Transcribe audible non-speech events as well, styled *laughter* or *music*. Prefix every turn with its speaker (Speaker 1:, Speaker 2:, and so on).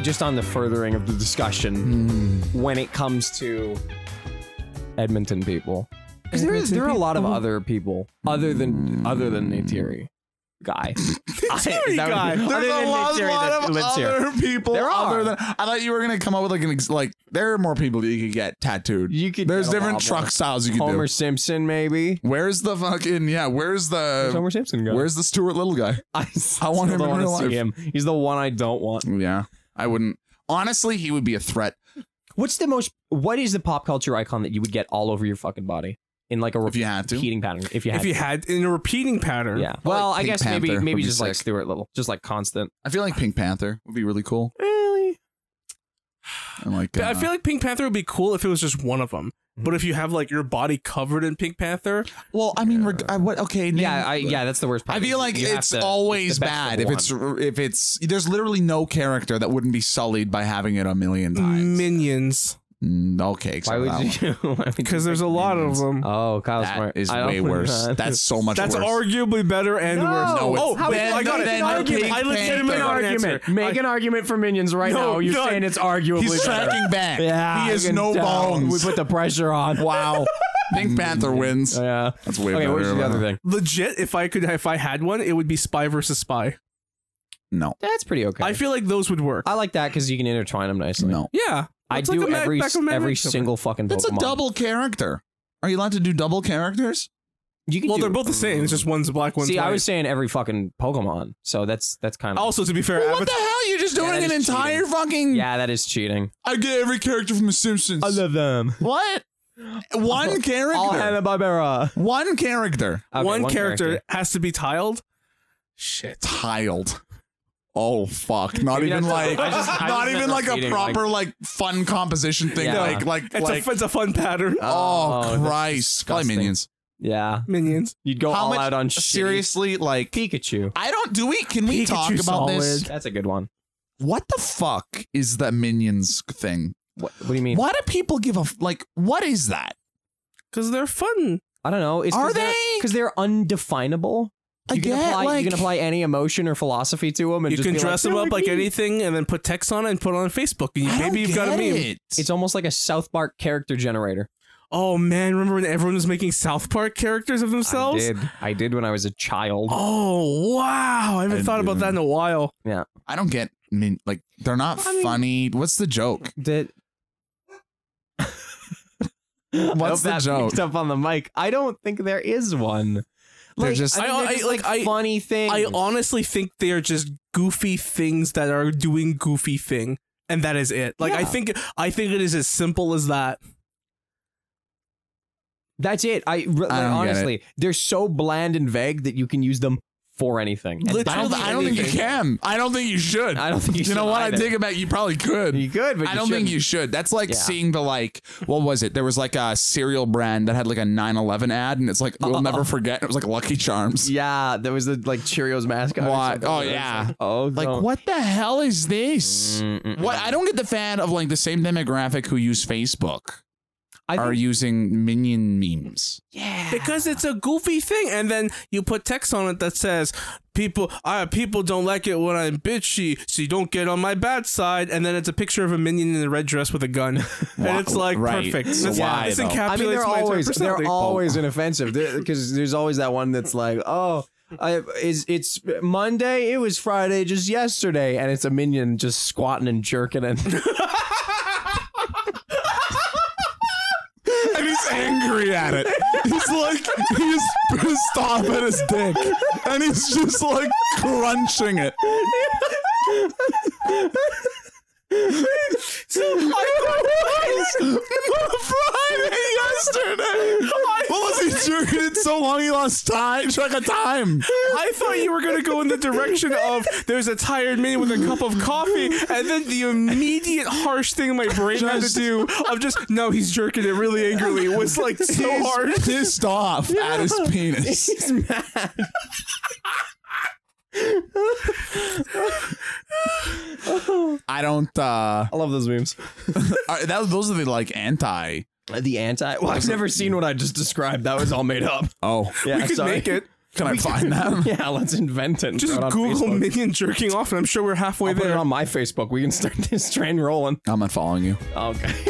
Speaker 1: just on the furthering of the discussion when it comes to Edmonton people. Because there is
Speaker 2: Edmonton
Speaker 1: there are a lot of
Speaker 2: people?
Speaker 1: other people other than other than Natiri *laughs* guy. Natiri
Speaker 2: guy. There's a lot, lot of other people.
Speaker 1: There are.
Speaker 2: Other than, I thought you were gonna come up with like an ex, like there are more people that you could get tattooed.
Speaker 1: You could
Speaker 2: There's
Speaker 1: get a
Speaker 2: different
Speaker 1: lot
Speaker 2: truck
Speaker 1: more.
Speaker 2: styles you could
Speaker 1: Homer
Speaker 2: do.
Speaker 1: Simpson maybe.
Speaker 2: Where's the fucking yeah? Where's
Speaker 1: Uh, Where's
Speaker 2: the
Speaker 1: Homer Simpson guy.
Speaker 2: where's the Stuart Little guy?
Speaker 1: *laughs* I,
Speaker 2: I want him in
Speaker 1: want
Speaker 2: real
Speaker 1: to
Speaker 2: life.
Speaker 1: see him. He's the one I don't want.
Speaker 2: Yeah, I wouldn't. Honestly, he would be a threat
Speaker 1: What's the most? What is the pop culture icon that you would get all over your fucking body in like a
Speaker 2: if you had to.
Speaker 1: repeating pattern? If you had,
Speaker 3: If you had in a repeating pattern,
Speaker 1: yeah. Well, I
Speaker 2: Pink
Speaker 1: guess maybe
Speaker 2: Panther
Speaker 1: maybe
Speaker 2: would be
Speaker 1: just like
Speaker 2: sick.
Speaker 1: Stuart Little, just like constant.
Speaker 2: I feel like Pink Panther would be
Speaker 1: *laughs*
Speaker 2: really cool.
Speaker 1: Really?
Speaker 2: And like,
Speaker 3: But I
Speaker 2: uh,
Speaker 3: feel like Pink Panther would be cool if it was just one of them. But if you have like your body covered in Pink Panther,
Speaker 2: Well, I mean, reg- I, what? Okay, name-
Speaker 1: Yeah, I, yeah. That's the worst part.
Speaker 2: I feel like
Speaker 1: You have
Speaker 2: it's
Speaker 1: to-
Speaker 2: always
Speaker 1: the best
Speaker 2: bad
Speaker 1: of
Speaker 2: if it's if it's there's literally no character that wouldn't be sullied by having it a million times.
Speaker 3: minions,
Speaker 2: Mm, okay, except
Speaker 1: Why
Speaker 2: for that one.
Speaker 1: *laughs* would you? why would you
Speaker 3: because
Speaker 1: pick
Speaker 3: there's a lot
Speaker 2: minions.
Speaker 3: of them.
Speaker 1: Oh, Kyle's
Speaker 2: That
Speaker 1: smart.
Speaker 2: is
Speaker 1: I don't
Speaker 2: way
Speaker 1: know *laughs*
Speaker 2: worse.
Speaker 1: that.
Speaker 2: That's so much
Speaker 3: That's
Speaker 2: worse.
Speaker 3: arguably better and
Speaker 1: No!
Speaker 3: worse.
Speaker 2: No, it's-
Speaker 3: oh,
Speaker 2: Ben-
Speaker 3: I got it.
Speaker 2: Ben-
Speaker 3: I
Speaker 2: Ben-
Speaker 3: I legitimately
Speaker 2: Panther.
Speaker 1: Make an
Speaker 3: got an
Speaker 1: argument.
Speaker 3: answer.
Speaker 1: Make an argument for minions right
Speaker 3: No,
Speaker 1: now. You're
Speaker 3: none.
Speaker 1: saying it's arguably.
Speaker 2: He's
Speaker 1: better.
Speaker 2: tracking back.
Speaker 1: Yeah,
Speaker 2: he
Speaker 1: I
Speaker 2: has
Speaker 1: can
Speaker 2: no
Speaker 1: tell.
Speaker 2: bones.
Speaker 1: We put the pressure *laughs* on.
Speaker 2: wow, Pink Panther wins.
Speaker 1: Yeah.
Speaker 2: That's way
Speaker 1: okay,
Speaker 2: better.
Speaker 1: what was the other thing?
Speaker 3: legit if i could if i had one it would be spy versus spy
Speaker 2: No,
Speaker 1: That's pretty okay.
Speaker 3: i feel like those would work
Speaker 1: I like that because you can intertwine them nicely.
Speaker 2: no,
Speaker 3: yeah
Speaker 1: I
Speaker 3: It's
Speaker 1: do
Speaker 3: like a Mac-
Speaker 1: every
Speaker 3: Beckham Mac
Speaker 1: every
Speaker 3: Mitchell.
Speaker 1: single fucking.
Speaker 2: that's a
Speaker 1: Pokemon.
Speaker 2: double character. Are you allowed to do double characters?
Speaker 1: You can
Speaker 3: well
Speaker 1: do-
Speaker 3: they're both the same it's just one's black one's
Speaker 1: See,
Speaker 3: white
Speaker 1: I was saying every fucking Pokemon, so that's that's kind of
Speaker 3: also to be fair
Speaker 2: Well, what
Speaker 3: Avatar-
Speaker 2: the hell? You're just
Speaker 1: Yeah,
Speaker 2: doing
Speaker 1: that
Speaker 2: an
Speaker 1: is
Speaker 2: entire fucking.
Speaker 1: yeah, that is cheating.
Speaker 2: I get every character from The Simpsons.
Speaker 1: them.
Speaker 2: what?
Speaker 1: *laughs*
Speaker 2: One character.
Speaker 1: All Hanna Barbera.
Speaker 2: One character.
Speaker 1: Uh,
Speaker 3: one, character, has to be tiled shit
Speaker 2: Tiled. Oh fuck! Not
Speaker 1: Maybe
Speaker 2: even
Speaker 1: that's-
Speaker 2: like,
Speaker 1: I just- I
Speaker 2: not
Speaker 1: just
Speaker 2: even
Speaker 1: never
Speaker 2: like a
Speaker 1: reading,
Speaker 2: proper like, fun composition thing.
Speaker 1: Yeah.
Speaker 2: Like like
Speaker 3: it's,
Speaker 2: like.
Speaker 3: a, it's a fun pattern
Speaker 2: oh,
Speaker 1: Oh, that's
Speaker 2: Christ! Probably
Speaker 1: disgusting.
Speaker 2: minions.
Speaker 1: Yeah,
Speaker 3: minions
Speaker 1: you'd go
Speaker 2: How
Speaker 1: all
Speaker 2: much-
Speaker 1: out on serious
Speaker 2: Seriously, like
Speaker 1: Pikachu.
Speaker 2: I don't. Do we? Can we
Speaker 3: Pikachu
Speaker 2: talk about this?
Speaker 1: That's a good one.
Speaker 2: What the fuck is the minions thing?
Speaker 1: What, what do you mean?
Speaker 2: Why do people give a f- like? What is that?
Speaker 3: because they're fun
Speaker 1: I don't know. It's
Speaker 2: Are they?
Speaker 1: Because they're undefinable.
Speaker 2: I
Speaker 1: you can
Speaker 2: get,
Speaker 1: apply you
Speaker 2: like-
Speaker 1: can apply any emotion or philosophy to them, and
Speaker 3: you
Speaker 1: just
Speaker 3: can
Speaker 1: be
Speaker 3: dress
Speaker 1: like,
Speaker 3: them
Speaker 1: "They're
Speaker 3: up like
Speaker 1: me."
Speaker 3: anything and then put text on it and put it on facebook and you,
Speaker 2: I don't
Speaker 3: maybe you've got a
Speaker 2: get
Speaker 3: meme
Speaker 2: it.
Speaker 1: It's almost like a South Park character generator.
Speaker 3: oh man remember when everyone was making south park characters of themselves
Speaker 1: I did. I did when I was a child.
Speaker 3: oh wow i haven't
Speaker 2: I
Speaker 3: thought about
Speaker 2: didn't.
Speaker 3: that in a while
Speaker 2: I don't get min- like they're not
Speaker 1: I mean-
Speaker 2: funny. What's the joke?
Speaker 1: *laughs* That.
Speaker 2: What's the joke?
Speaker 1: Up on the mic. I don't think there is one.
Speaker 2: They're
Speaker 1: Like,
Speaker 2: just-
Speaker 1: I think
Speaker 3: I-
Speaker 1: they're
Speaker 3: I-
Speaker 1: just,
Speaker 3: like, I-
Speaker 1: funny thing.
Speaker 3: I honestly think they are just goofy things that are doing goofy thing, and that is it. Like I
Speaker 1: Yeah.
Speaker 3: think I think it is as simple as that.
Speaker 1: That's it. I, re- like,
Speaker 2: I don't get it.
Speaker 1: honestly, they're so bland and vague that you can use them for anything. And
Speaker 3: Literally
Speaker 2: I don't,
Speaker 1: that's
Speaker 2: I don't think you
Speaker 1: anything.
Speaker 2: can. I don't think you should.
Speaker 1: I don't think you.
Speaker 2: you know
Speaker 1: should
Speaker 2: what? I
Speaker 1: either.
Speaker 2: take it back. You probably could.
Speaker 1: You could, but
Speaker 2: I don't think you should. That's like
Speaker 1: Yeah.
Speaker 2: seeing the like, what was it? There was like a cereal brand that had like a 9-11 ad, and it's like we'll never forget. It was like Lucky Charms.
Speaker 1: shouldn't. Uh-uh. Yeah, there was the like Cheerios mascot. or
Speaker 2: Why-
Speaker 1: something.
Speaker 2: oh,
Speaker 1: It was
Speaker 2: yeah.
Speaker 1: like, Oh,
Speaker 2: Like,
Speaker 1: don't.
Speaker 2: what the hell is this?
Speaker 1: Mm, mm,
Speaker 2: What I don't get the fan of like the same demographic who use Facebook
Speaker 1: I
Speaker 2: are
Speaker 1: think-
Speaker 2: using minion memes.
Speaker 1: Yeah.
Speaker 3: Because it's a goofy thing, and then you put text on it that says, "People, uh, people don't like it when I'm bitchy, so you don't get on my bad side." And then it's a picture of a minion in a red dress with
Speaker 1: *laughs*
Speaker 3: a gun, and it's like
Speaker 2: Right.
Speaker 3: perfect.
Speaker 2: So
Speaker 3: This-
Speaker 2: why,
Speaker 3: this
Speaker 2: though?
Speaker 3: encapsulates
Speaker 1: I mean, they're
Speaker 3: my
Speaker 1: always
Speaker 3: 10%.
Speaker 1: they're always inoffensive because there's always that one that's like, oh, I, is it's Monday? It was Friday just yesterday, and it's a minion just squatting and jerking
Speaker 3: *laughs*
Speaker 1: and
Speaker 2: and he's angry at it. He's like he's pissed off at his dick, and he's just like crunching it. Friday yesterday. What was he jerking it so long he lost time track of time?
Speaker 3: I thought you were gonna go in the direction of there's a tired man with a cup of coffee, and then the immediate harsh thing my brain had to
Speaker 2: Just-
Speaker 3: do of just no, he's jerking it really angrily was like so
Speaker 2: He's
Speaker 3: hard.
Speaker 2: pissed off at his
Speaker 1: *laughs*
Speaker 2: penis.
Speaker 1: he's mad.
Speaker 2: I don't. uh
Speaker 1: I love those memes.
Speaker 2: are- that, Those are the like anti.
Speaker 1: The anti. Well, I've never seen what I just described. That was all made up.
Speaker 2: Oh,
Speaker 1: Yeah,
Speaker 3: we could
Speaker 1: sorry.
Speaker 3: make it.
Speaker 2: Can I find that?
Speaker 1: *laughs* Yeah, let's invent it. and
Speaker 3: Just
Speaker 1: throw it on
Speaker 3: Google
Speaker 1: Facebook.
Speaker 3: minion jerking off, and I'm sure we're halfway
Speaker 1: I'll put it *laughs*
Speaker 3: there.
Speaker 1: on my Facebook. We can start this train rolling.
Speaker 2: I'm not following you.
Speaker 1: Okay.